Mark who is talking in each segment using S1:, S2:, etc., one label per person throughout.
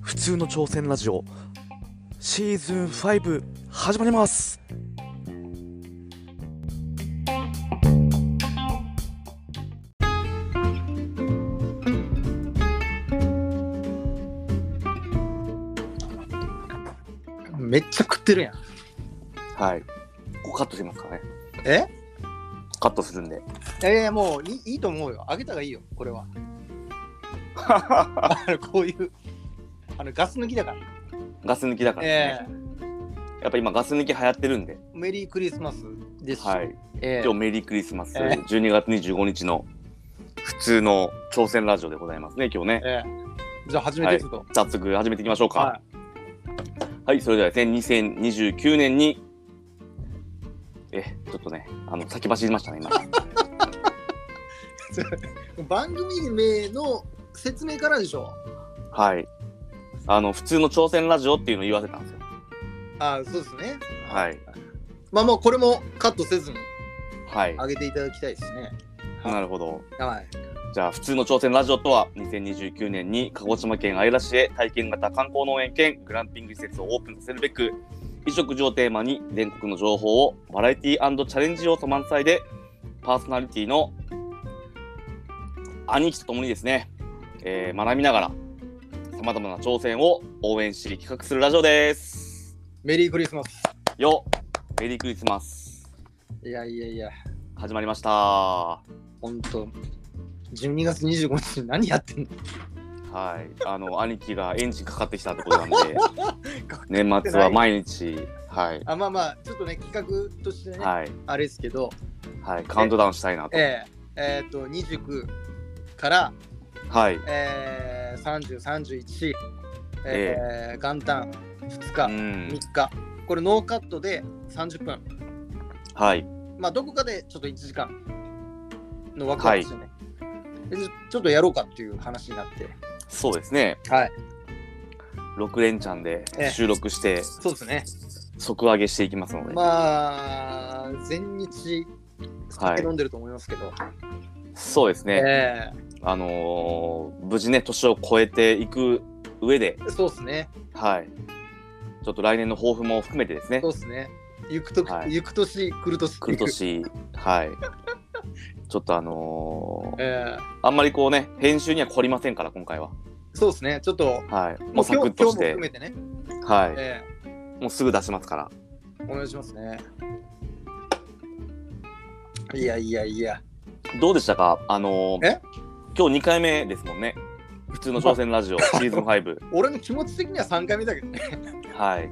S1: 普通の挑戦ラジオシーズン5始まります
S2: めっちゃ食ってるやん。
S3: はい。ここカットしますかね。
S2: え
S3: カットするんで。
S2: ええもういいいいと思うよ。あげた方がいいよ、こ れは。あのこういう、あのガス抜きだから。
S3: ガス抜きだからです
S2: え
S3: ね。やっぱ今ガス抜き流行ってるんで。
S2: えメリークリスマスですし。
S3: はい。
S2: ええ
S3: 今日メリークリスマス。
S2: ええ
S3: 12月25日の普通の挑戦ラジオでございますね。今日ね。
S2: ええじゃあ始めていくと。
S3: 早速始めていきましょうか。
S2: は
S3: はい、それではですね、2029年に、え、ちょっとね、あの、先走りましたね、今。
S2: い番組名の説明からでしょ。
S3: はい。あの、普通の挑戦ラジオっていうのを言わせたんですよ。
S2: あそうですね。
S3: はい。
S2: まあもうこれもカットせずに
S3: はい。
S2: 上げていただきたいですね。
S3: なるほど。
S2: はい。
S3: じゃあ、普通の挑戦ラジオとは、2029年に鹿児島県姶良市へ体験型観光農園兼グランピング施設をオープンさせるべく、衣食住をテーマに全国の情報をバラエティチャレンジ要素満載で、パーソナリティの兄貴と共にですね、えー学びながら、さまざまな挑戦を応援し、企画するラジオです。
S2: メリークリスマス。
S3: よメリークリスマス。
S2: いやいやいや、
S3: 始まりました。は
S2: ほんと、12月25日何やってんの
S3: い。あの、兄貴がエンジンかかってきたってこ となんで。年末は毎日、はい、
S2: あまあまあちょっとね企画としてね、
S3: はい、
S2: あれですけど
S3: はい、カウントダウンしたいなと。
S2: えええー、と29から、
S3: はい、う
S2: えー、3031、えー元旦2日、
S3: ん、
S2: 3日これノーカットで30分
S3: はい、
S2: まあどこかでちょっと1時間の枠をですよね、でちょちょっとやろうかっていう話になって
S3: そうですね、
S2: はい
S3: 6連チャンで
S2: ええ
S3: 収録して、
S2: そうですね
S3: 即上げしていきますので、
S2: まあ全日
S3: はい
S2: 酒飲んでると思いますけど、
S3: そうですね、
S2: え
S3: あのー無事ね、年を超えていく上で、
S2: えそうですね
S3: はい、ちょっと来年の抱負も含めてですね
S2: そ、うですね行くと、
S3: はい
S2: 行く年来る年
S3: 来る年、はい、ちょっとあのー
S2: ええ
S3: あんまりこうね、編集には凝りませんから、今回は。
S2: そうですね、ちょっと、
S3: はい、も
S2: も
S3: う
S2: う
S3: サ
S2: 今
S3: ク
S2: 日
S3: ッと
S2: 今日も
S3: して、
S2: 含めてね、
S3: は
S2: え
S3: い、もうすぐ出しますから。
S2: えお願いしますね。いやいやいや、
S3: どうでしたかあのー
S2: え
S3: 今日2回目ですもんね。普通の挑戦ラ ジオ、シーズン5。
S2: 俺の気持ち的には3回目だけどね。
S3: はい。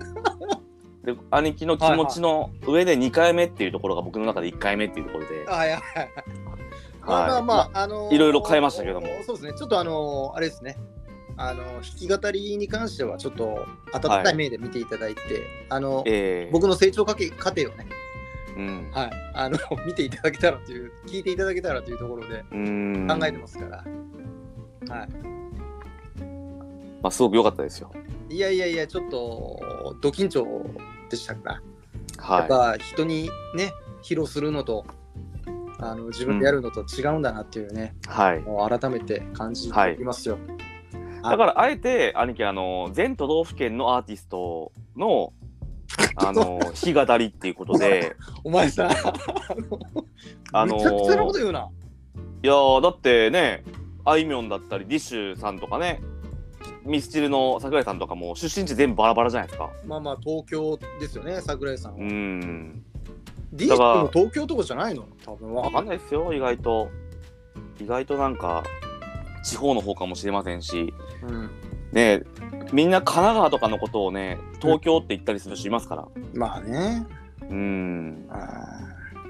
S3: で、兄貴の気持ちの上で2回目っていうところが僕の中で1回目っていうところで、
S2: あいやはいはいまあま
S3: は
S2: あま
S3: い。
S2: あ、あのー
S3: いろいろ変えましたけども
S2: そうですね、ちょっとあのーあれですね、あのー弾き語りに関しては、ちょっと温かい目で見ていただいて、あのー
S3: えー、
S2: 僕の成長過程過程をね、
S3: うん。
S2: はい、あの 見ていただけたらという、聞いていただけたらというところで
S3: うーん
S2: 考えてますから。はい
S3: まあ、すごく良かったですよ。
S2: いやいやいや、ちょっと、ど緊張でしたから、やっ
S3: は
S2: ぱ人にね、披露するのと、あの自分でやるのと違うんだなっていうね、
S3: い。はい。
S2: もう改めて感じていますよ。
S3: だから、あえて、兄貴、あのー全都道府県のアーティストの、 あのー、弾き語りっていうことで、
S2: お前さ、あ
S3: あ
S2: のめ
S3: のー
S2: ちゃくちゃなこと言うな。
S3: いやーだってねあいみょんだったりディッシュさんとかねミスチルの桜井さんとかも出身地全部バラバラじゃないですか
S2: まあまあ、東京ですよね、桜井さん
S3: う
S2: は。
S3: ーん
S2: D 君も東京とかじゃないの多分
S3: わ
S2: わ
S3: か
S2: か
S3: ん
S2: ん
S3: ないですよ意外と意外となんか地方の方かもしれませんし
S2: うん、
S3: ねみんな神奈川とかのことをね東京って言ったりする人いますから
S2: まあね。
S3: うーん
S2: あ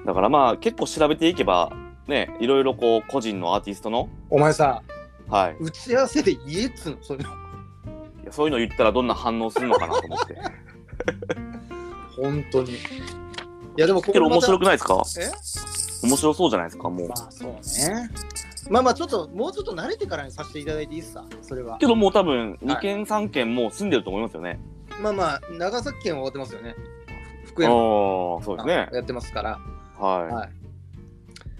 S2: ー
S3: だからまあ結構調べていけばねいろいろこう個人のアーティストの
S2: お前さ、
S3: はい
S2: 打ち合わせで言えっつうの、それ
S3: いやそういうの言ったらどんな反応するのかなと思 って
S2: 本当に。いや、でもこ
S3: け
S2: こも
S3: ど
S2: ま
S3: 面
S2: た
S3: 白くないですか
S2: え
S3: 面白そうじゃないですかもう
S2: まあそうね。まあまあちょっともうちょっと慣れてからにさせていただいていいっすかそれは。
S3: けどもう多分2軒3軒もう住んでると思いますよね。
S2: まあまあ長崎県は終わってますよね。福
S3: ああ
S2: 山
S3: ーそうですね。
S2: やってますから。
S3: はい。
S2: はい。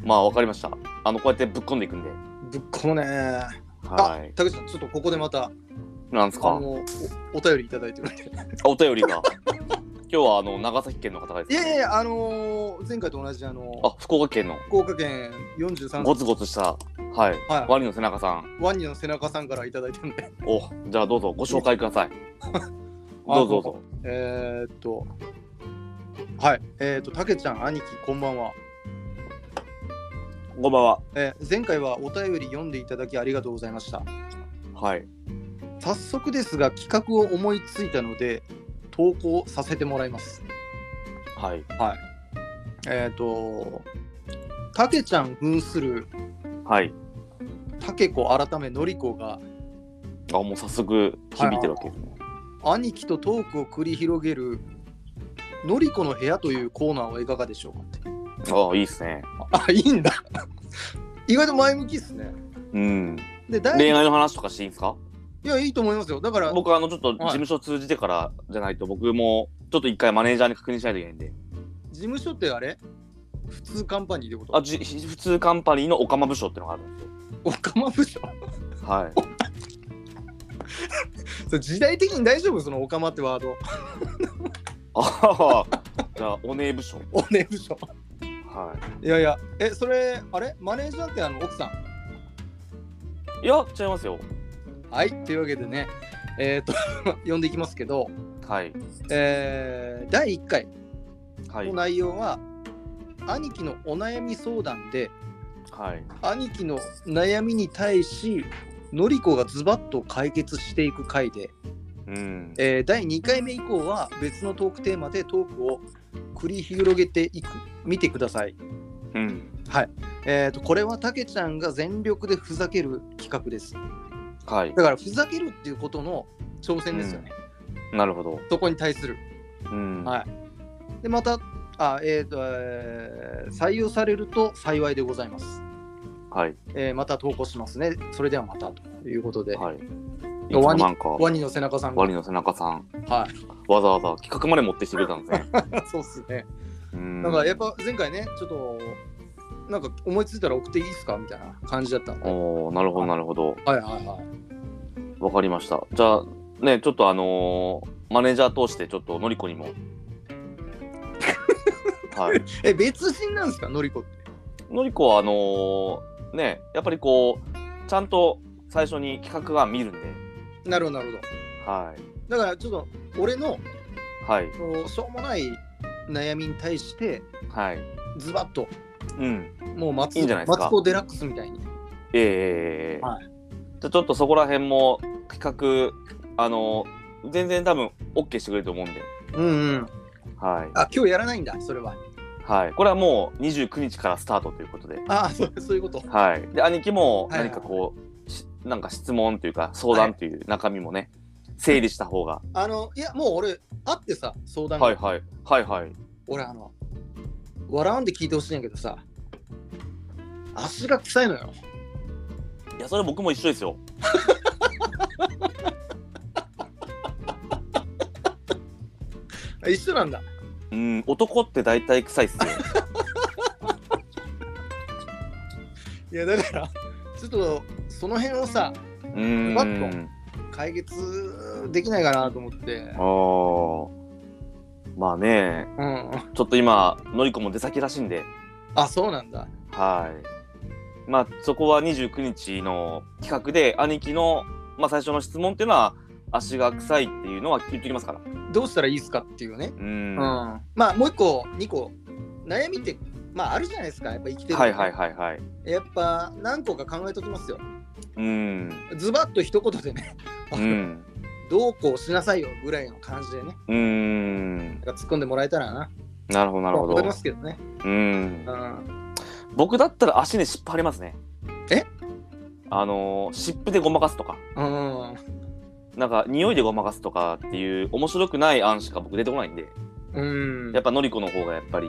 S3: まあわかりました。あのこうやってぶっ込んでいくんで。
S2: ぶっこむねー。
S3: は
S2: あ
S3: い、。
S2: たけちゃん、ちょっとここでまた、
S3: なんです
S2: あ
S3: か
S2: の、おお便りいただいてるんで。
S3: あお便りが。今日はあの長崎県の方がです
S2: い
S3: ね、
S2: やいや、あのー前回と同じ、あの
S3: あ福岡県の
S2: 福岡県43
S3: ゴツゴツした、はい、
S2: はい、
S3: ワニの背中さん。
S2: ワニの背中さんからいただいたんで、
S3: おじゃあどうぞご紹介くださ い。どうぞどうぞ。
S2: えー、っと、はい、えー、っと、たけちゃん、兄貴、こんばんは。
S3: こんばんは。
S2: えー前回はお便り読んでいただきありがとうございました。
S3: はい。
S2: 早速ですが、企画を思いついたので、投稿させてもらいます。
S3: はい。
S2: はい。えっ、と、たけちゃん扮する
S3: はい。
S2: たけこ改めのりこが、
S3: あもう早速響いてるわけですね。
S2: 兄貴とトークを繰り広げるのりこの部屋というコーナーはいかがでしょうかって。
S3: あいいですね。
S2: あ、いいんだ。意外と前向きっすね。
S3: うん。
S2: で、第
S3: 恋
S2: い
S3: 愛の話とかしていいんですか？
S2: や、いいと思いますよ。だから、
S3: 僕あのちょっと事務所通じてからじゃないと僕もちょっと一回マネージャーに確認しないといけないんで。
S2: 事務所ってあれ普通カンパニーってこと
S3: あじ普通カンパニーのオカマ部署ってのがあるんですよ。
S2: おかま部署
S3: はい。
S2: それ時代的に大丈夫そのおかまってワード。
S3: ああ。じゃあおねえ部署。
S2: おね部署。
S3: はい
S2: やいや、え、それ、あれマネージャーってあの奥さん
S3: い。いや違いますよ。
S2: はい、というわけでね、えっ、と、 読んでいきますけど、
S3: はい
S2: えー第1回
S3: はい
S2: の内容は、兄貴のお悩み相談で、
S3: はい。
S2: 兄貴の悩みに対し、のりこがズバッと解決していく回で、
S3: うん。
S2: えー第2回目以降は別のトークテーマでトークを繰り広げていく、見てください。
S3: うん。
S2: えっ、と、これはたけちゃんが全力でふざける企画です。
S3: はい。
S2: だから、ふざけるっていうことの挑戦ですよね。
S3: なるほど。
S2: そこに対する。
S3: うん。
S2: はいでまたあ、えーとえー採用されると幸いでございます、
S3: はい。
S2: えーまた投稿しますねそれではまたということで、
S3: はい。いつ
S2: ワ
S3: も
S2: ニ
S3: なんか、
S2: ワニの背中さんが
S3: ワニの背中さん、
S2: は
S3: わざわざ企画まで持ってきてくれたんですね。
S2: い そうっすね
S3: うん
S2: なんかやっぱ前回ねちょっとなんか思いついたら送っていいですかみたいな感じだったんで
S3: おーなるほど、なるほど。
S2: はいはいはい
S3: わかりました。じゃあ、ね、ちょっとあのーマネージャー通して、ちょっとのりこにも。はい。
S2: え別人なんですかのりこって
S3: のりこは、あのーね、やっぱりこう、ちゃんと最初に企画が見るんで、
S2: なるほどなるほ
S3: は
S2: どだからちょっと俺の
S3: い。はい。
S2: こうしょうもない悩みに対して
S3: はい。
S2: ズバッと
S3: うん。
S2: もう松
S3: いいんじゃないですか
S2: 松子デラックスみたいに
S3: ええ
S2: は
S3: じゃあちょっとそこら辺も企画、あのー全然多分 OK してくれると思うんで、
S2: うんうん
S3: はい。
S2: あ今日やらないんだそれは
S3: はい、これはもう29日からスタートということで,、
S2: ああそうそういうこと
S3: はい、で兄貴も
S2: はいはい
S3: 何かこう、しなんか質問というか相談という中身もね、整理した方が
S2: あのいやもう俺会ってさ相談が、
S3: はいはいはいはい
S2: 俺あの笑わんで聞いてほしいんやけどさ足が臭いのよ
S3: いやそれ僕も一緒ですよ
S2: あ一緒なんだ
S3: うん男って大体臭いっすよ
S2: いやだからちょっとその辺をさ
S3: う
S2: バッ
S3: ん
S2: 解決できないかなと思って
S3: あーまあね
S2: うん
S3: ちょっと今のりこも出先らしいんで
S2: あそうなんだ
S3: はいまあそこは29日の企画で兄貴の、まあ、最初の質問っていうのは足が臭いっていうのは言ってきますから
S2: どうしたらいいですかっていうね
S3: うん
S2: うん、まあもう一個二個悩みってまああるじゃないですかやっぱ生きてる
S3: はいはいはいはい。
S2: やっぱ何個か考えときますよ
S3: うん。
S2: ズバッと一言でね、
S3: うん。
S2: どうこうしなさいよぐらいの感じでね
S3: うん。
S2: なんか突っ込んでもらえたらな
S3: なるほどなるほ
S2: 思い
S3: ど
S2: ま。すけどね、
S3: うん
S2: う。ん、
S3: 僕だったら足に湿布貼りますね。
S2: え
S3: あのー、湿布でごまかすとか、
S2: うん
S3: なんか匂いでごまかすとかっていう面白くない案しか僕出てこないんで、
S2: うん
S3: やっぱのりこの方がやっ ぱり、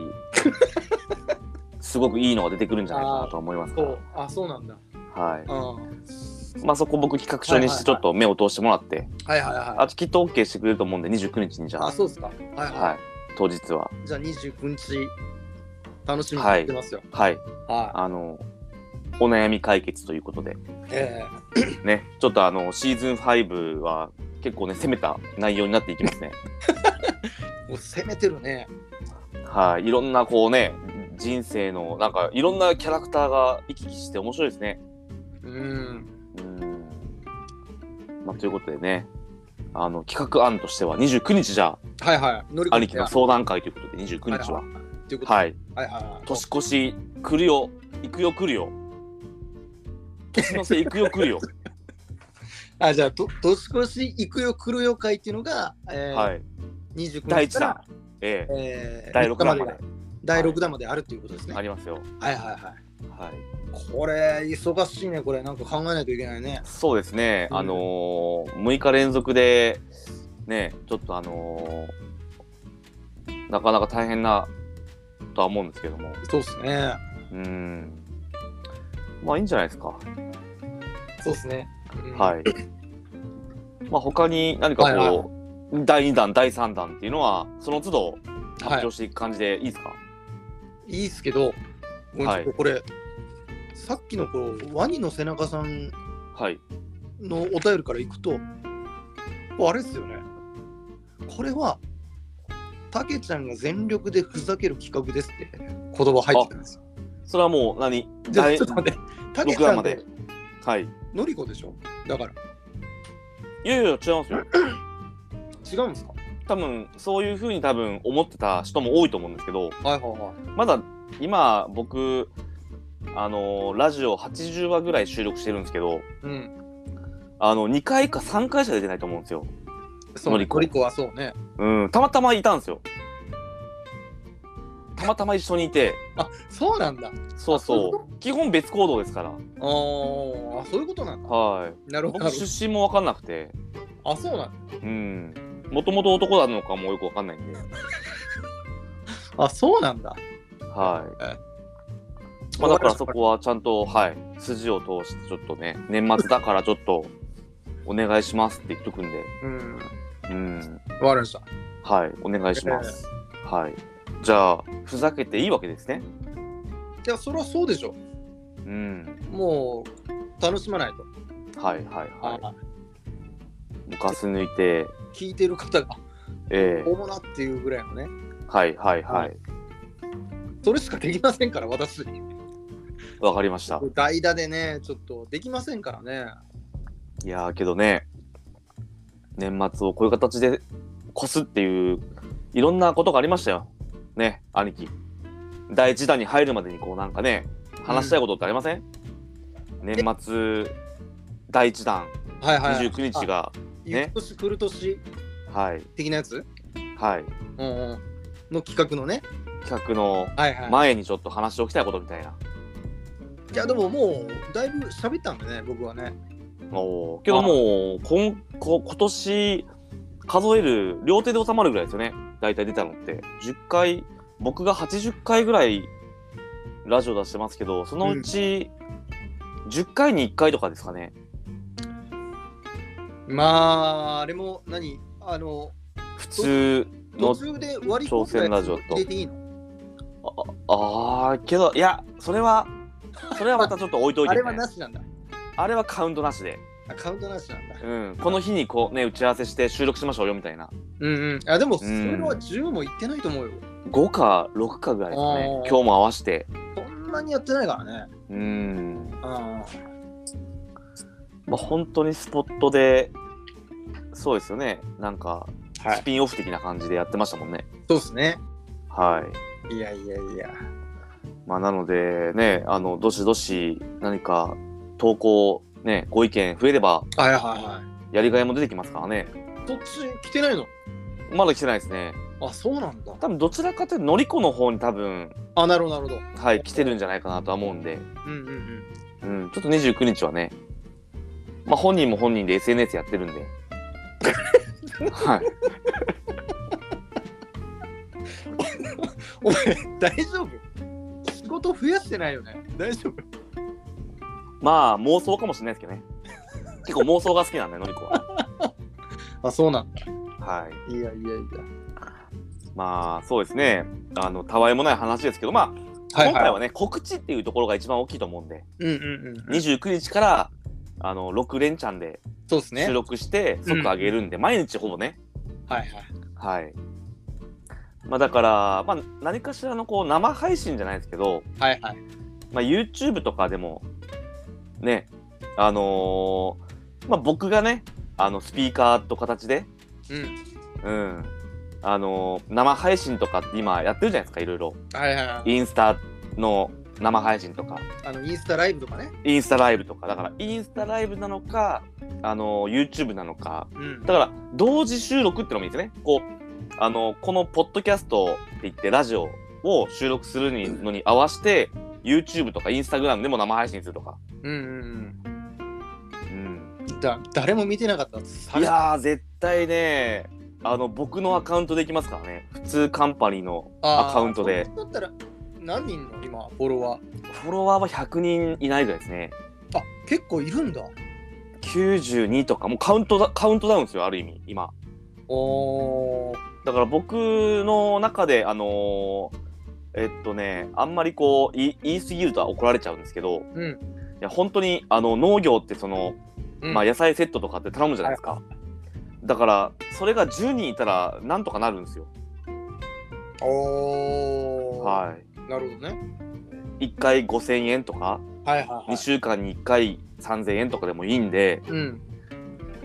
S3: すごくいいのが出てくるんじゃないかなと思いますか
S2: そう
S3: ら。
S2: あそうなんだ、
S3: は。
S2: うん、はい
S3: まあそこ僕企画書にしてちょっと目を通してもらって、
S2: いはいは
S3: あきっと OK してくれると思うんで29日にじ
S2: い
S3: ゃあ
S2: あ、そうですかはいはい、
S3: はい。当日は、
S2: じゃあ29日楽しみにしてますよ
S3: はい。
S2: はい、
S3: あの、お悩み解決ということで、
S2: え
S3: ね、ちょっとあの、シーズン5は結構ね、攻めた内容になってい きますね。
S2: えもう攻めてるね。
S3: はい、いろんなこうね、人生の、なんかいろんなキャラクターが行き来して面白いですね。
S2: うん。
S3: うん。まあ、ということでね、あの、企画案としては29日じゃ
S2: はいはい。乗り込
S3: あ、
S2: ん
S3: 兄
S2: で
S3: 貴の相談会ということで29日は。
S2: ということで
S3: はい。
S2: はいはいはい。
S3: 年越し来るよ、行くよ来るよ。年の瀬行くよ来 るよ。
S2: あじゃあと年越し行くよ来るよ会っていうのが、えー
S3: はい。
S2: 29日
S3: 第1
S2: から
S3: 弾。ええ
S2: えー
S3: 第6弾まで
S2: が第6弾まであるということですね。
S3: あ
S2: はい
S3: りますよ。
S2: はいはい。
S3: はい。
S2: これ忙しいねこれなんか考えないといけないね。
S3: そうですね、
S2: うん
S3: あのー、6日連続で、ね、ちょっとあのーなかなか大変なとは思うんですけども、
S2: そうですね。
S3: うん、まあいいんじゃないですか。
S2: そうですね。
S3: はい。まあ他に何かこう、
S2: はいはい
S3: 第2弾、第3弾っていうのは、その都度
S2: い
S3: 発表していく感じでいいですか、
S2: い。いいっすけど、ごめん
S3: はい
S2: ちょっとこれさっきのこうワニの背中さん
S3: はい、
S2: のお便りからいくとあれっすよね。これはたけちゃんが全力でふざける企画ですって言葉入ってたんですよ
S3: それはもう何
S2: じゃあ
S3: 第
S2: ちょっと待って、たけち
S3: 6
S2: ゃ
S3: 弾
S2: ん
S3: ま
S2: で
S3: で。はい。
S2: のりこでしょだから、
S3: いやいや、違いますよ。
S2: 違うんですか
S3: 多分、そういうふうに多分思ってた人も多いと思うんですけ
S2: は
S3: ど、
S2: いはいは
S3: まだ今僕あのラジオ80話ぐらい収録してるんですけど
S2: い。うん。
S3: あの2回か3回しか出てないと思うんですよ。
S2: そ
S3: の
S2: の
S3: り
S2: り
S3: こ
S2: こりこはそうね。
S3: うん、たまたまいたんですよ。たまたま一緒にいて
S2: あそうなんだ。
S3: そう
S2: あそういうこ
S3: そう基本別行動ですから
S2: あーあ、そういうことなんだ。
S3: はい
S2: なるほど
S3: 僕。出身も分かんなくて
S2: あそうなん
S3: うんもともと男なのかもよく分かんないんで
S2: だ。あそうなんだ。
S3: はい、まあ、だからそこはちゃんとはい筋を通してちょっとね年末だからちょっとお願いしますって言っとくんで
S2: うん。わ
S3: うん
S2: かりました。
S3: はい、お願いします。はい。じゃあ、ふざけていいわけですね。
S2: いや、それはそうでしょ。
S3: うん。
S2: もう、楽しまないと。
S3: はいはい
S2: あ
S3: はいう。ガス抜いて、
S2: 聞いてる方が、
S3: ええ
S2: 主なっていうぐらいのね。
S3: はいはいはい。
S2: それしかできませんから、私。
S3: わかりました。
S2: 代打でね、ちょっとできませんからね。
S3: いやーけどね、年末をこういう形で越すっていう、いろんなことがありましたよ。ね、兄貴。第一弾に入るまでにこうなんかね、話したいことってありません、年末、第一弾、
S2: はいはい。
S3: 29日が、ね
S2: ゆく年来る年
S3: はい、
S2: 的なやつ
S3: はい、
S2: うんうん、の企画のね。
S3: 企画の
S2: はいはい。
S3: 前にちょっと話しておきたいことみたいな。
S2: いやでももうだいぶ喋ったんでね、僕はね。
S3: おーけどもうこんこ今年数える両手で収まるぐらいですよね大体出たのって10回僕が80回ぐらいラジオ出してますけどそのうち10回に1回とかですかね、
S2: まあ、あれも何あの、
S3: 普通
S2: 途
S3: の
S2: 中で割り込んだやつ入れていいの
S3: ああけどいやそれはそれはまたちょっと置いとい
S2: あ
S3: て、
S2: れ
S3: ね、
S2: はなしなんだ。
S3: あれはカウントなしで、
S2: あカウントなしなんだ。
S3: うん、この日にこうね打ち合わせして収録しましょうよみたいな
S2: うんうん。あでも、それは10もいってないと思うよ。
S3: 5か6かぐらいですかね
S2: あー
S3: 今日も合わせて
S2: そんなにやってないからね。
S3: うん
S2: あ
S3: まあ、本当にスポットでそうですよねなんか
S2: は
S3: ス。ピンオフ的な感じでやってましたもんね
S2: そうですね。
S3: はい、
S2: いやいやいや。
S3: まあ、なのでねあのどしどし何か投稿ねご意見増えれば
S2: はいはいはい。
S3: やりがいも出てきますからね
S2: そっち来てないの
S3: まだ来てないですね
S2: あ、そうなんだ。
S3: 多分どちらかというとのりこの方に多分
S2: あ、なるほどなるほ
S3: はい来てるんじゃないかなとは思うんで、
S2: ど。うんうんうん。
S3: うん、ちょっと29日はねまあ本人も本人で SNS やってるん ではい
S2: お前、大丈夫仕事増やしてないよね。大丈夫
S3: まあ妄想かもしれないですけどね結構妄想が好きなんでのりこは
S2: あ、そうなんだ。
S3: はい
S2: いやいやいや。
S3: まあそうですねあのたわいもない話ですけどまあ
S2: はい
S3: 今回は
S2: は
S3: ね告知っていうところが一番大きいと思うんで
S2: い。うんうんうん。
S3: 29日からあの6連チャンで
S2: そうですね。
S3: 収
S2: はい
S3: 録して即上げるんで、毎日ほぼね
S2: はい。
S3: はいまあだから、まあ、何かしらのこう生配信じゃないですけど、
S2: はいはい。
S3: まあ、YouTube とかでもねあのーまあ僕がねあのスピーカーと形で
S2: うん。
S3: うんあのー生配信とかって今やってるじゃないですかいろいろ
S2: はいはいはい。
S3: インスタの生配信とか
S2: あの、インスタライブとかね。
S3: インスタライブとかだからインスタライブなのかあの YouTube なのか
S2: うん。
S3: だから同時収録ってのもいいですねこうあのこのポッドキャストって言ってラジオを収録するにのに合わせて YouTube とか Instagram でも生配信するとか、
S2: うんうん
S3: うん、
S2: うん。だ、誰も見てなかったです。
S3: いやー絶対ねあの僕のアカウントできますからね普通カンパニーのアカウントで
S2: あー。そうだったら、何人の今、フォロワー。
S3: フォロワーは100人いないぐらいですね
S2: あ、結構いるんだ。
S3: 92とかもうカウントダカウントダウンですよある意味今
S2: おー。
S3: だから僕の中であのーえっとねあんまりこう言い言い過ぎるとは怒られちゃうんですけど
S2: うん。
S3: いや本当にあの農業ってその、
S2: うん
S3: まあ、野菜セットとかって頼むじゃないですか、だからそれが10人いたらなんとかなるんですよ
S2: おー。
S3: は
S2: なるほどね。
S3: い1回5000円とか
S2: はいはいは
S3: 2
S2: い。
S3: 週間に1回3000円とかでもいいんで
S2: うん。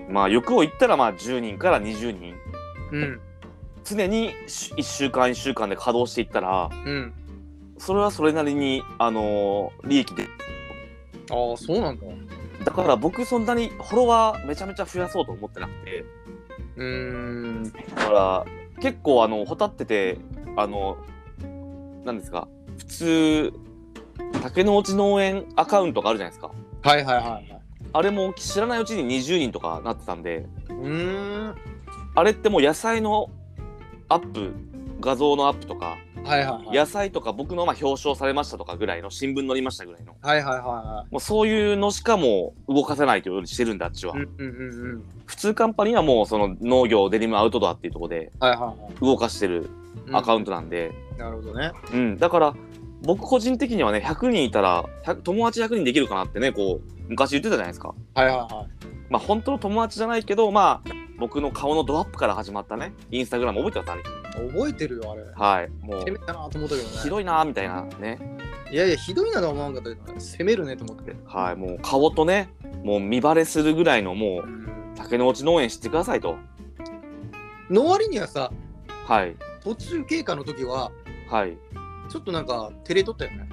S3: まあ欲を言ったらまあ10人から20人
S2: うん。
S3: 常に1週間1週間で稼働していったら
S2: うん。
S3: それはそれなりにあのー利益で
S2: ああ、そうなんだ。う
S3: だから僕そんなにフォロワーめちゃめちゃ増やそうと思ってなくて
S2: ーん。
S3: だから結構あのホタテってあのなんですか普通竹の内農園アカウントがあるじゃないですか
S2: はいはいはいはい。
S3: あれも知らないうちに20人とかなってたんで
S2: うーん。
S3: あれってもう野菜のアップ画像のアップとか
S2: はいはいはい。
S3: 野菜とか僕のまあ表彰されましたとかぐらいの新聞載りましたぐらいの
S2: はいはいは
S3: もうそういうのしかもう動かせないというようにしてるんだあっちはい
S2: はい。うんうんうんうん。
S3: 普通カンパニーはもうその農業デニムアウトドアっていうところで
S2: はいはいはい
S3: 動かしてる
S2: うん。
S3: アカウントなんで、
S2: なるほどね。
S3: うん、だから僕個人的にはね100人いたら100友達100人できるかなってねこう昔言ってたじゃないですか
S2: はいはいは
S3: まあ本当の友達じゃないけどまあ僕の顔のドアップから始まったねインスタグラム覚えてます兄貴
S2: い。覚えてるよ、あれ。
S3: はいも
S2: 攻め
S3: う
S2: たなと思ったけどね。
S3: ひどいなーみたいなね
S2: いやいや、ひどいなとは思わんかったけどね、攻めるねと思って。
S3: はいもう顔とねもう見バレするぐらいのもう竹の内農園知ってくださいと
S2: の割にはさ、
S3: はい
S2: 途中経過の時は、
S3: はい
S2: ちょっとなんか、照れとったよね。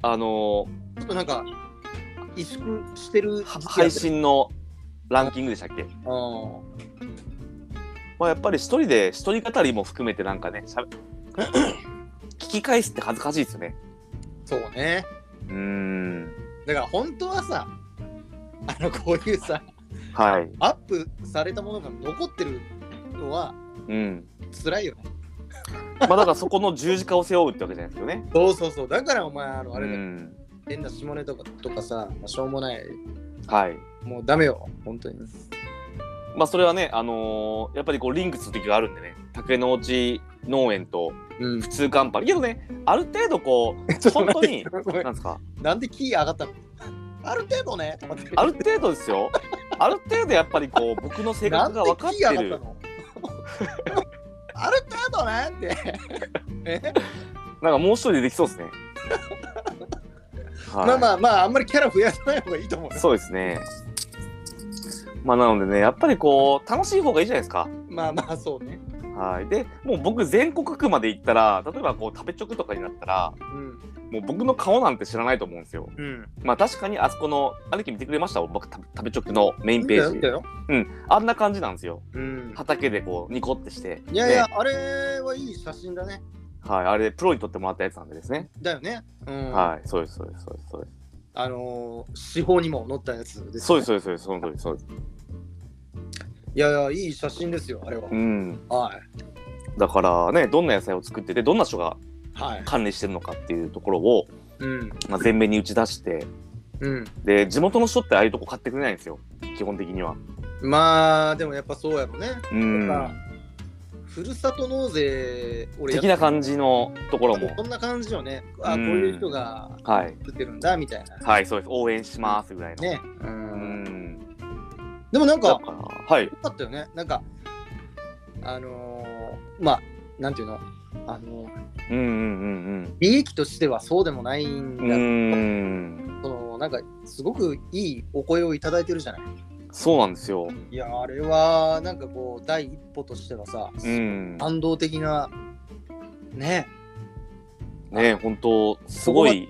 S3: あの
S2: ちょっとなんか、萎縮してる
S3: ーは配。信のランキングでしたっけ
S2: あー
S3: まあ、やっぱり一人で一人語りも含めてなんかねしゃべ 聞き返すって恥ずかしいですよね
S2: そうね。
S3: うーん
S2: だから本当はさ、あの、こういうさ、
S3: はい
S2: アップされたものが残ってるのは
S3: うん
S2: 辛いよね。
S3: まあだからそこの十字架を背負うってわけじゃないですよね
S2: そうそうそう。だからお前、あの、あれだ
S3: う
S2: よ
S3: ん
S2: 変な下ネタとかとかさ、まあしょうもない、
S3: はい
S2: もうダメよ、本当に。
S3: まあそれはねあのーやっぱりこうリンクする時があるんでね竹の内農園と
S2: うん
S3: 普。通カンパニーけどねある程度こう本当に
S2: ごめん
S3: なんですか
S2: なんでキー上がったのある程度ね、とかって
S3: ある程度ですよある程度やっぱりこう僕の性格が分かって
S2: なんでキー上がった
S3: る
S2: の ある程度ねって。え
S3: なんかもう一人でできそうですねはい
S2: まあまあまあ、あんまりキャラ増やさない方がいいと思うよ。
S3: そうですね。まあなのでね、やっぱりこう楽しい方がいいじゃないですか。
S2: まあまあ、そうね。
S3: はい。で、もう僕全国区まで行ったら、例えばこう食べチョクとかになったら、
S2: うん。
S3: もう僕の顔なんて知らないと思うんですよ。
S2: うん。
S3: まあ確かにあそこの兄貴見てくれました僕食べ食べチョクのメインペ
S2: 見
S3: ー
S2: た
S3: ジ。
S2: よ。
S3: うん。あんな感じなんですよ。
S2: うん。
S3: 畑でこうニコってして。
S2: いやいや、
S3: ね
S2: あれはいい写真だね。
S3: はい。あれプロに撮ってもらったやつなんでですね。
S2: だよね。うん。
S3: はい。そうですそうですそうですそうです。
S2: あのー、司法にも載ったやつです、ね。
S3: そうですそうですそうですその通りそうです。
S2: いやいや、いい写真ですよ、あれは
S3: う。ん。
S2: はい。
S3: だからね、どんな野菜を作っててどんな人が
S2: はい。
S3: 管理してるのかっていうところを。
S2: うん。
S3: まあ、前面に打ち出して
S2: うん。
S3: で地元の人ってああいうとこ買ってくれないんですよ基本的には
S2: まあ、でもやっぱそうやろね。
S3: う
S2: だ
S3: ん
S2: からふるさと納税俺やっ
S3: 的な感じのところも
S2: こんな感じよねあ
S3: う
S2: こうんいう人が
S3: はい
S2: 作ってるんだみたいな
S3: はいそうです応援しますぐらいの、
S2: ねう
S3: うんん
S2: でもなん
S3: だ
S2: か
S3: からはい
S2: よかったよねなんかあのーまあなんていうのあのー
S3: うんうん
S2: 利益としてはそうでもないんだ
S3: うんうんうーん
S2: そのなんかすごくいいお声をいただいてるじゃない
S3: そうなんですよ
S2: いやあれはなんかこう第一歩としてはさ、
S3: うん
S2: 感動的なね
S3: ね本当すごい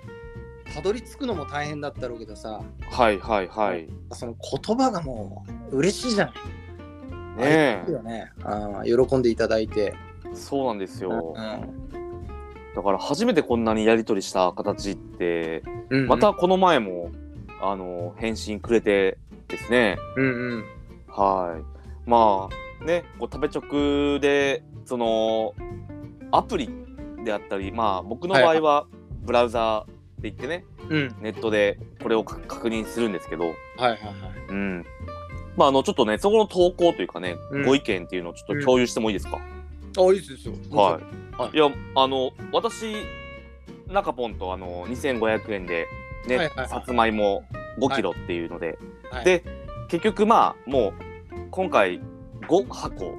S2: たどり着くのも大変だったろうけどさ
S3: はいはいはい
S2: その言葉がもう嬉しいじゃない
S3: ね
S2: いいよねあー喜んでいただいて、
S3: そうなんですよ
S2: うん
S3: だから初めてこんなにやり取りした形って
S2: うん
S3: またこの前もあの返信くれてですね
S2: うんうん
S3: はいまあねこう食べ直でそのアプリであったりまあ僕の場合はブラウザで行ってね
S2: うん
S3: ネットでこれをか確認するんですけど
S2: はいはいはい
S3: うんまああのちょっとねそこの投稿というかね、
S2: うん
S3: ご意見っていうのをちょっと共有してもいいですか、
S2: あいいですよ
S3: はいい、
S2: はい
S3: い、やあの私中ポンとあの2500円でね、
S2: はいはいはい
S3: さつまいも5キロっていうので、
S2: はい
S3: で結局まあもう今回5箱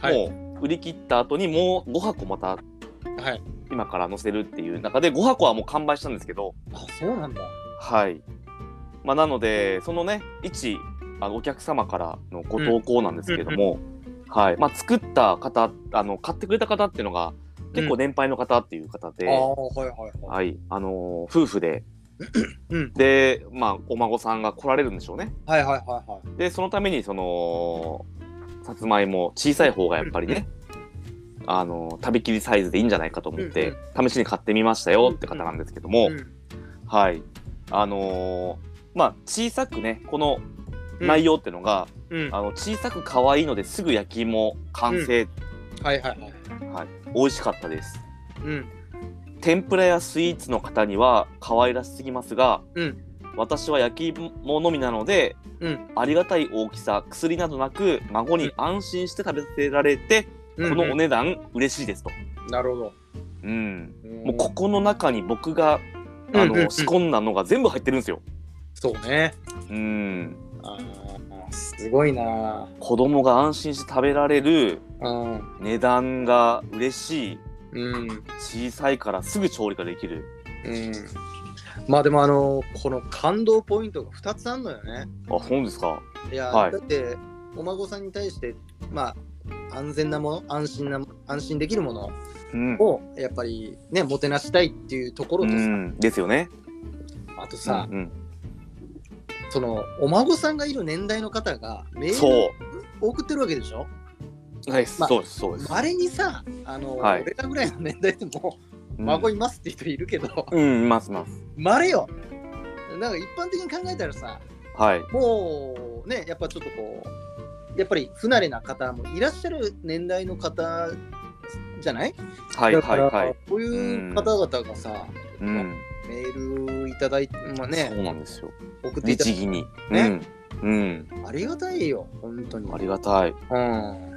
S2: はい
S3: もう売り切った後にもう5箱また
S2: はい
S3: 今から載せるっていう中で5箱はもう完売したんですけど
S2: あそうなんだ
S3: はいまあなのでそのね一あのお客様からのご投稿なんですけども、はいまあ、作った方あの買ってくれた方っていうのが結構年配の方っていう方で、
S2: ああはいはいはい
S3: はいあのー夫婦で
S2: うん
S3: で、まあ、お孫さんが来られるんでしょうね
S2: はいはいはいはい
S3: でそのためにそのさつまいも小さい方がやっぱりね、あの食べきりサイズでいいんじゃないかと思って、試しに買ってみましたよって方なんですけども、
S2: うん
S3: はいあのーまあ小さくねこの
S2: うん
S3: 内容っていうのが、
S2: うんは
S3: あの小さく可愛いのですぐ焼き芋完成、
S2: いはいはい
S3: はい、美味しかったです
S2: うん
S3: 天ぷらやスイーツの方には可愛らしすぎますが、
S2: うん
S3: 私は焼き芋のみなので、
S2: うん
S3: ありがたい大きさ薬などなく孫に安心して食べさせられて、
S2: うん
S3: このお値段嬉しいですと、
S2: なるほど
S3: うん
S2: も
S3: もうここの中に僕が
S2: うん
S3: あ
S2: うんう
S3: の
S2: ん
S3: 仕込んだのが全部入ってるんですよ、
S2: そうね
S3: うん、
S2: あーすごいな
S3: 子供が安心して食べられる
S2: うん
S3: 値段が嬉しい
S2: うん
S3: 小さいからすぐ調理ができる
S2: うんまあでもあのこの感動ポイントが2つあるのよね
S3: あ本ですか
S2: いや、
S3: はい
S2: だってお孫さんに対してまあ安全なもの安心な安心できるもの
S3: うん、
S2: をやっぱりねもてなしたいっていうところ
S3: う
S2: とさ、
S3: ん、ですよね
S2: あとさ、
S3: うん
S2: そのお孫さんがいる年代の方が
S3: う
S2: メー
S3: ん、
S2: ル
S3: そう
S2: を送ってるわけでしょ
S3: はい、そうです、そうです。
S2: あれにさあの、
S3: はい
S2: 俺らぐらいの年代でも
S3: うん
S2: 孫いますって人いるけど、
S3: うん、います、います。
S2: まれよなんか一般的に考えたらさ
S3: はい。
S2: もうねやっぱちょっとこうやっぱり不慣れな方もいらっしゃる年代の方じゃない
S3: はい、
S2: だか
S3: はい、
S2: ら
S3: はい。
S2: こういう方々がさ、
S3: うん。
S2: メールいただいて、まあ
S3: そう
S2: ね、
S3: なんですよ。
S2: 送っていただ
S3: 律
S2: い
S3: 儀に。
S2: ね
S3: うん。
S2: てありがたいよ、本当に。
S3: うん。ありがたい。
S2: うん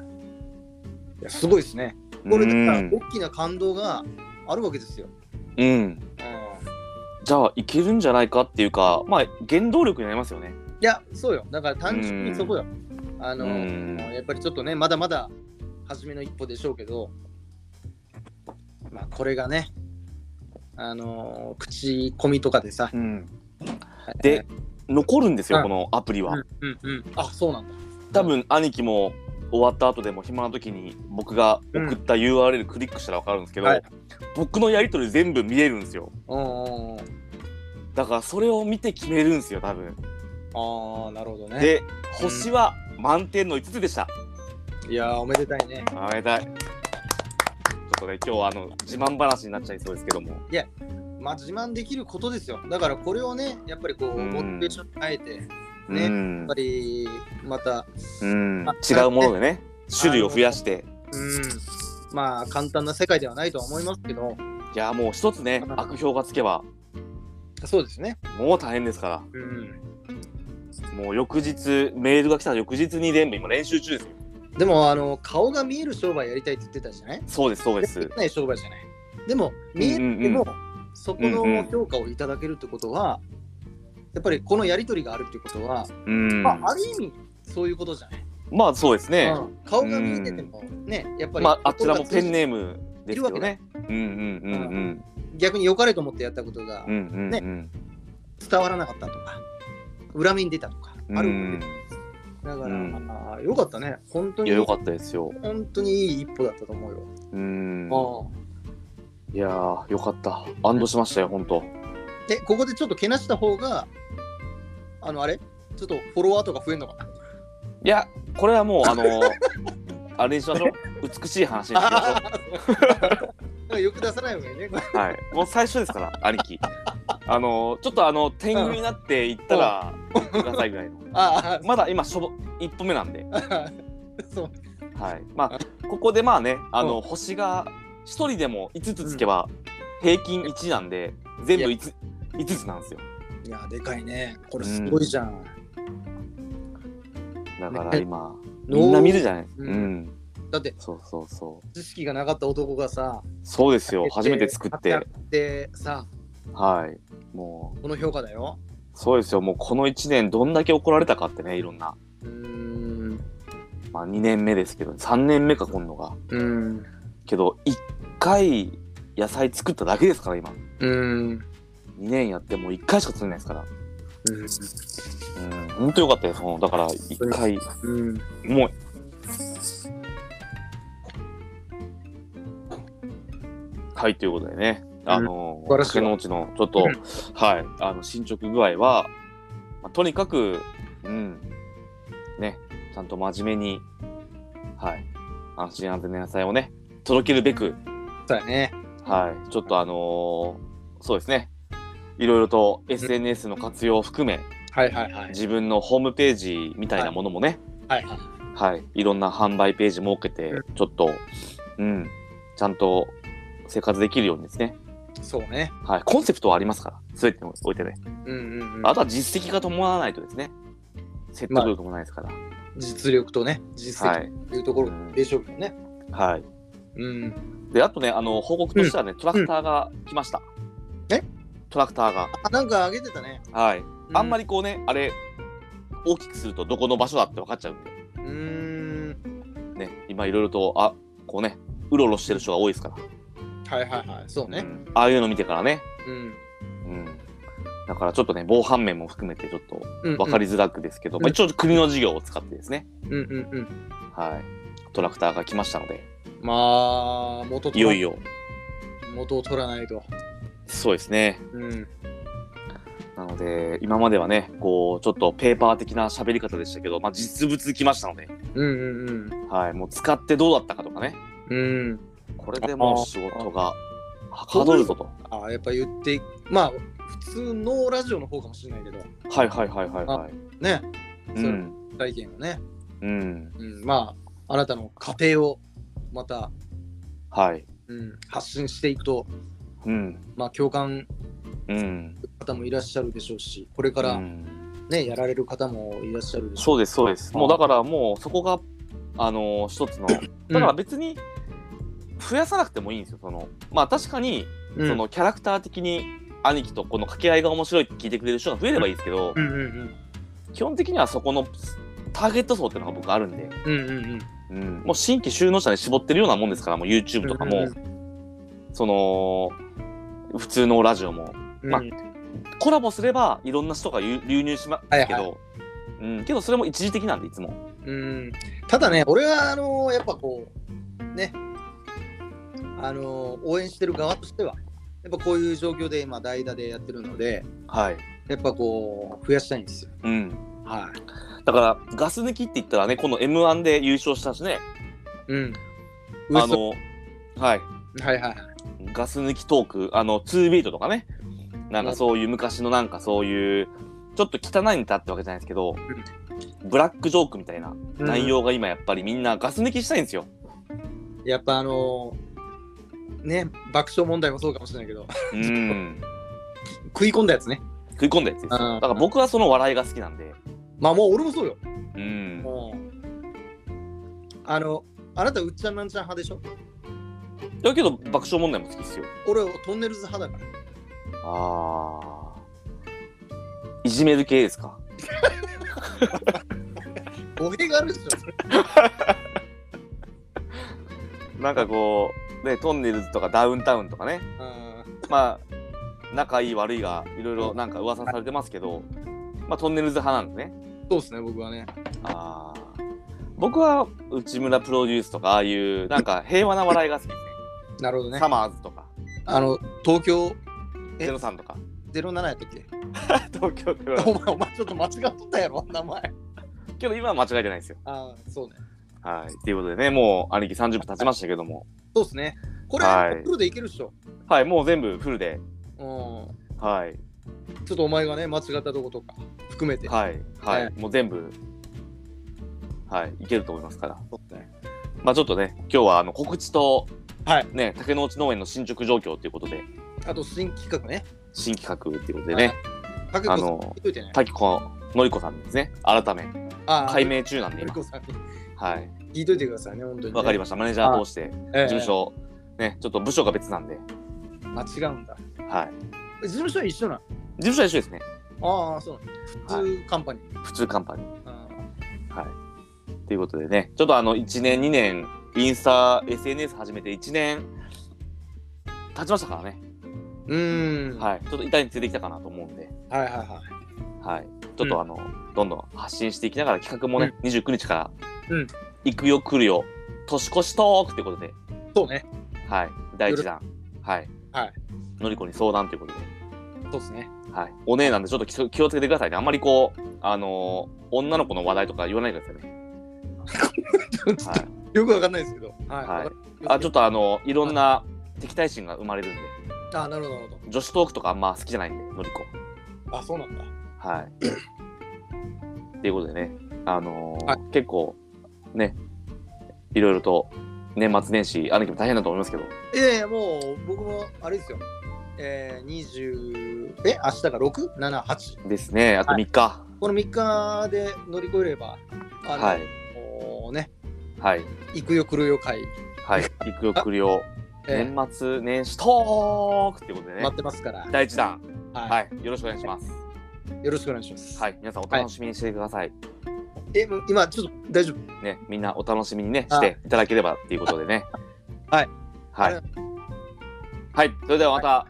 S2: いやすごいですね。これだから
S3: うん
S2: 大きな感動があるわけですよ。
S3: うん。
S2: うん
S3: じゃあ、いけるんじゃないかっていうか、まあ、原動力になりますよね。
S2: いや、そうよ。だから単純にそこよ。あの、
S3: うん
S2: やっぱりちょっとね、まだまだ初めの一歩でしょうけど、まあ、これがね、あの口コミとかでさ。
S3: うん。で、残るんです
S2: う
S3: よ、
S2: ん
S3: このアプリ
S2: うん
S3: は。
S2: うんうん。あ、そうなんだ。
S3: 多分、兄貴も終わった後でも暇な時に、僕が送った URL クリックしたらわかるんですけど
S2: はい、
S3: 僕のやりとり全部見えるんですよ。
S2: うんうんうん。
S3: だから、それを見て決めるんですよ、多分。
S2: ああ、なるほどね。
S3: で、星は満点の5つでした。
S2: いやー、おめでたいね。
S3: あめでたい。ちょっとね、今日はあの自慢話になっちゃいそうですけども。
S2: まあ、自慢できることですよ。だからこれをね、やっぱりこう、
S3: うん
S2: モチベーションに変えて、やっね
S3: うん
S2: ぱ。りまた、
S3: うん
S2: あ
S3: 違うものでね、種類を増やして。
S2: うん、まあ、簡単な世界ではないとは思いますけど、
S3: いや、もう一つね、悪評がつけば、
S2: そうですね。
S3: もう大変ですか
S2: うん。
S3: ら。もう翌日、メールが来た翌日に全部今練習中ですよ。
S2: でもあの顔が見える商売やりたいって言ってたじゃない
S3: そうです、そうです
S2: 見え。ない商売じゃないでも
S3: うん
S2: 見え
S3: うんうん
S2: なくてもそこ
S3: うんう
S2: の
S3: ん
S2: 評価をいただけるってことはやっぱりこのやり取りがあるってことは、
S3: うん。
S2: まあ、ある意味そういうことじゃない、
S3: まあ、そうですね。
S2: うん顔が見えててもねやっぱり、
S3: まあ、あちらもペンネームですよ
S2: いるわ
S3: ね。うんうんうん
S2: 逆に良かれと思ってやったことが
S3: うん。うんうんう
S2: ね
S3: ん。
S2: 伝わらなかったとか、裏目に出たとかあるわけでだから、
S3: うん
S2: あーよかったね本当
S3: うんい
S2: に
S3: や、よかったですよ。
S2: 本当にいい一歩だったと思うよ、
S3: うん。
S2: あ
S3: いやー、よかった。安堵しましたよ、本当。
S2: あでここでちょっとけなした方があのあれちょっとフォロワーとか増えんのかない
S3: や、これはもう、あの ー、あれにしましょう。美しい話にしましょ
S2: ああよく出さない方がいいね。
S3: う。はい。もう最初ですから、兄貴。あのー、ちょっとあの、天狗になっていったら、言ってくださいぐらいの。
S2: あ
S3: まだ今、初歩、一歩目なんで。
S2: あ、 そう。
S3: はい。まあ、ここでまあね、あの、星が一人でも5つつけば、平均1なんで、全部
S2: いや
S3: 5, つ5つなんですよ。
S2: いや、でかいね。これすごいじゃん。
S3: だから
S2: ね
S3: 今、
S2: ノー
S3: みんな見るじゃないですか。
S2: うん
S3: うん。
S2: だって、
S3: そうそうそう。
S2: 知識がなかった男がさ、
S3: そうですよ。初めて作って。
S2: で、さ、
S3: はい。もう、
S2: この評価だよ。
S3: そうですよ。もうこの1年、どんだけ怒られたかってね、いろんな。
S2: うーん。
S3: まあ、2年目ですけど、3年目か、今度が。
S2: うん。
S3: けど、1回、野菜作っただけですから、今。
S2: うん。
S3: 2年やってもう1回しか作れないですから。
S2: うん
S3: うん。ほんとよかったです。もうだから、1回。
S2: うん。
S3: もう。はい、ということでね、あの
S2: 素晴らしい
S3: 竹の内のちょっと、
S2: う
S3: はい、あの進捗具合は、まあとにかく、うん、ね、ちゃんと真面目に、はい、安心安全な野菜をね、届けるべく、
S2: そうやね。
S3: はい、ちょっとあのーそうですね、いろいろと SNS の活用を含め、
S2: はいはいはい。
S3: 自分のホームページみたいなものもね、
S2: はいはい。
S3: はい、いろんな販売ページ設けて
S2: う、
S3: ちょっと、うん、ちゃんと生活できるようにですね。
S2: そうね。
S3: はい、コンセプトはありますから、そうやっておいてね。
S2: うんうんうん。
S3: あとは実績が伴わないとですね、説得力もないですから。
S2: 実力とね、実
S3: は
S2: 績
S3: い、
S2: というところ
S3: うん
S2: が名勝負だね。
S3: はい。
S2: うん。
S3: で、あとね、あの、報告としてはね、トラクターが来ました。
S2: え
S3: トラクターが。
S2: あ、なんかあげてたね。
S3: はい。あんま
S2: り。
S3: りこうね、あれ、大きくするとどこの場所だって分かっちゃうんで、
S2: うーん。
S3: ね、今いろいろと、あ、こうね、うろうろしてる人が多いですから。
S2: はいはいはい。そう
S3: う
S2: ね。
S3: んああいうの見てからね、
S2: うん。
S3: うん、だからちょっとね防犯面も含めてちょっと
S2: うん
S3: 分かり。づらくですけど、
S2: うん
S3: まあ、一応国の事業を使ってですね、
S2: うんうんうん。
S3: はい、トラクターが来ましたので
S2: まあ、元
S3: い
S2: 取ら
S3: よいよ
S2: 元を取らないと。
S3: そうですね
S2: うん。
S3: なので今まではねこうちょっとペーパー的な喋り方でしたけど、まあ、実物来ましたので、
S2: うんうん
S3: はい、もう使ってどうだったかとかね
S2: うん。うん。
S3: これでもう仕事がはかどるぞと。
S2: ああ、やっぱ言って、まあ、普通のラジオの方かもしれないけど、
S3: はいはいはいはいはい。
S2: ね、
S3: う。
S2: そうん体験をね、
S3: うん。
S2: うん、まあ、あなたの家庭をまた、
S3: はい。
S2: うん、発信していくと、
S3: うん。
S2: まあ、共感
S3: うん。
S2: 方もいらっしゃるでしょうし、これから
S3: う
S2: ね、
S3: ん
S2: やられる方もいらっしゃるでしょ
S3: そうですそうです。もうだからもうそこがあのー一つのだか
S2: う。
S3: ら別に増やさなくてもいいんですよ。そのまあ確かに
S2: う
S3: そ
S2: ん、
S3: のキャラクター的に兄貴とこの掛け合いが面白いって聞いてくれる人が増えればいいですけど
S2: う、んうんうん
S3: 基本的にはそこのターゲット層っていうのが僕あるんで、
S2: うんうんうん。
S3: うん、もう新規収納者に絞ってるようなもんですから、もう YouTube とかも、その普通のラジオも
S2: うん、
S3: まあコラボすればいろんな人が流流入しますけど、
S2: はい
S3: うん、けどそれも一時的なんでいつも。
S2: うん、ただね、俺はあのーやっぱこう、ね、あのー応援してる側としては、やっぱこういう状況で今、代打でやってるので、
S3: はい。
S2: やっぱこう、増やしたいんですよ。
S3: うん。
S2: はい。
S3: だからガス抜きって言ったらねこの m 1で優勝したしね
S2: うん。
S3: あ
S2: ウエ
S3: のはい
S2: ストはいはいはい。
S3: ガス抜きトークあの2ビートとかねなんかそういう昔のなんかそういうちょっと汚いネタってわけじゃないですけどブラックジョークみたいな内容が今やっぱりみんなガス抜きしたいんですよ。
S2: うんやっぱあのーね、爆笑問題もそうかもしれないけど、
S3: うん
S2: 食い込んだやつね。
S3: 食い込んだやつですよ。だ
S2: うん
S3: から僕はその笑いが好きなんで。
S2: まあもう俺もそうよ。
S3: うん
S2: もあの、あなた、うっちゃんなんちゃん派でしょ
S3: だけど爆笑問題も好きですよ
S2: 俺、トンネルズ派だから。
S3: あーいじめる系ですか
S2: 語弊があるでしょ。
S3: なんかこうねトンネルズとかダウンタウンとかね
S2: あー
S3: まあ仲いい悪いがいろいろなんか噂されてますけど、まあ、トンネルズ派なんですね
S2: そうですね、僕はね。
S3: あー僕は内村プロデュースとかああいうなんか平和な笑いが好きです
S2: なるほど
S3: ね
S2: ね
S3: サ。マーズとか
S2: あの、東京え
S3: ゼロさんとか
S2: 07やったっけ
S3: 東京で
S2: お
S3: は
S2: 前、お前ちょっと間違っとったやろ、名前。
S3: けど今は間違えてないですよ
S2: ああ、そうね。
S3: はいということでねもう兄貴30分経ちましたけども
S2: そうですね。これ、
S3: はい
S2: フルでいけるでしょ。
S3: はいもう全部フルで
S2: うん。
S3: はい
S2: ちょっとお前がね、間違ったとことか含めて。
S3: はいはい、
S2: ね
S3: もう全部はいいけると思いますから
S2: そうね
S3: まあちょっとね今日はあの告知と、
S2: はい
S3: ね竹之内農園の進捗状況ということで
S2: あと、新企画ね。
S3: 新企画っていうことでね、
S2: かけ
S3: あ
S2: こさん、
S3: の
S2: 聞いといてね。
S3: 滝子のりこさんですね改め
S2: あー
S3: 解。明中なんで
S2: かけ
S3: 今
S2: こさんに
S3: はい
S2: 聞いといてくださいね、本当に、ね。
S3: わかりましたマネージャー通し
S2: え
S3: て
S2: え
S3: 事務所、ねちょっと部署が別なんで
S2: あ、違うんだ。
S3: はい
S2: え事務所は一緒な
S3: 事務所は一緒ですね
S2: のああ、そうなの。普通カンパニー。
S3: 普通カンパニー
S2: あ
S3: ということでねちょっとあの1年2年インスタ SNS 始めて1年経ちましたからね、
S2: ーうーん。はい
S3: はいちょっと板についてきたかなと思うんで
S2: はいは
S3: はいちょっとあの、どんどん発信していきながら企画もね、29日から
S2: うん
S3: 「行くよ来るよ年越しトーク」ということで
S2: い。そうね。
S3: はい第1弾はい、
S2: はい、
S3: のりこに相談ということで
S2: そうですね。
S3: はい、お姉なんでちょっと気を気をつけてくださいね。あんまりこう、あのー女の子の話題とか言わないでくださいね。 はい、
S2: よくわかんないですけど。はい。
S3: はい
S2: わかり
S3: あちょっとあのいろんな敵対心が生まれるんで、
S2: あーなるほど、なるほ
S3: 女子トークとかあんま好きじゃないんで、のりこ。
S2: ど。あ、そうなんだ。
S3: はい。っていうことでね、あのー
S2: はい
S3: 結構、ね、いろいろと年末年始、兄貴も大変だと思いますけど、
S2: いやいや、もう僕もあれですよ。えー、20、え、明日が6、7、8。
S3: ですね、あと3日。
S2: この3日で乗り越えれば、あの、
S3: はい。
S2: もうね、
S3: はい。
S2: 行くよ来るよ会、
S3: はい。行くよ来るよ、
S2: えー
S3: 年末年始トークっていうことでね
S2: 待っ、てますから、
S3: 第1弾、
S2: は
S3: はい、よろしくお願いします。
S2: い、よろしくお願いします。
S3: はい、皆さんお楽しみにしてください。
S2: え、もう今ちょっと大丈夫
S3: ね、みんなお楽しみにね、
S2: あ
S3: していただければっていうことでね。
S2: はい。
S3: はい。はい、それではまた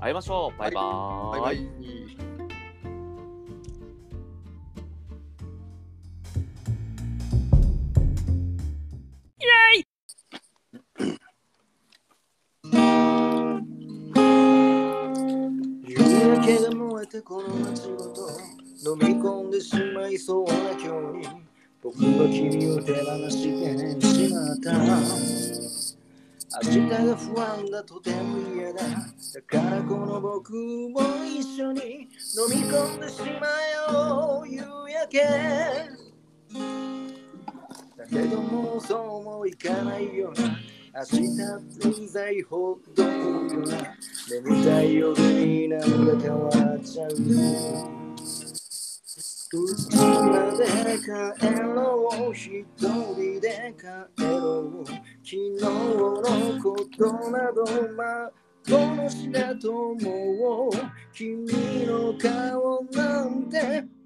S3: 会いましょう。バイバーイ。
S2: イ。夕焼けが燃えてこの街ごと飲み込んでしまいそうな今日に僕は君を手放してしまった明日が不安だとても嫌だだからこの僕も一緒に飲み込んでしまおう夕焼けだけどもうそうもいかないような明日うざいほど来るような眠たい夜になんだ変わっちゃううちまで帰ろう一人で帰ろう昨日のことなど幻だと思う君の顔なんて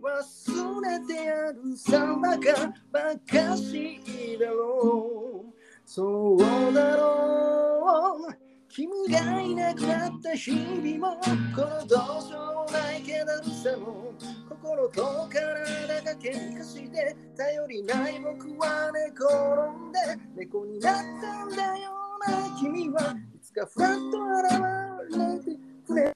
S2: 忘れてやるさばかばかしいだろうそうだろう君がいなくなった日々もこのどうしようもないけどさも心と体が喧嘩して頼りない僕は寝転んで猫になったんだよな君はいつかフラッと現れてくれ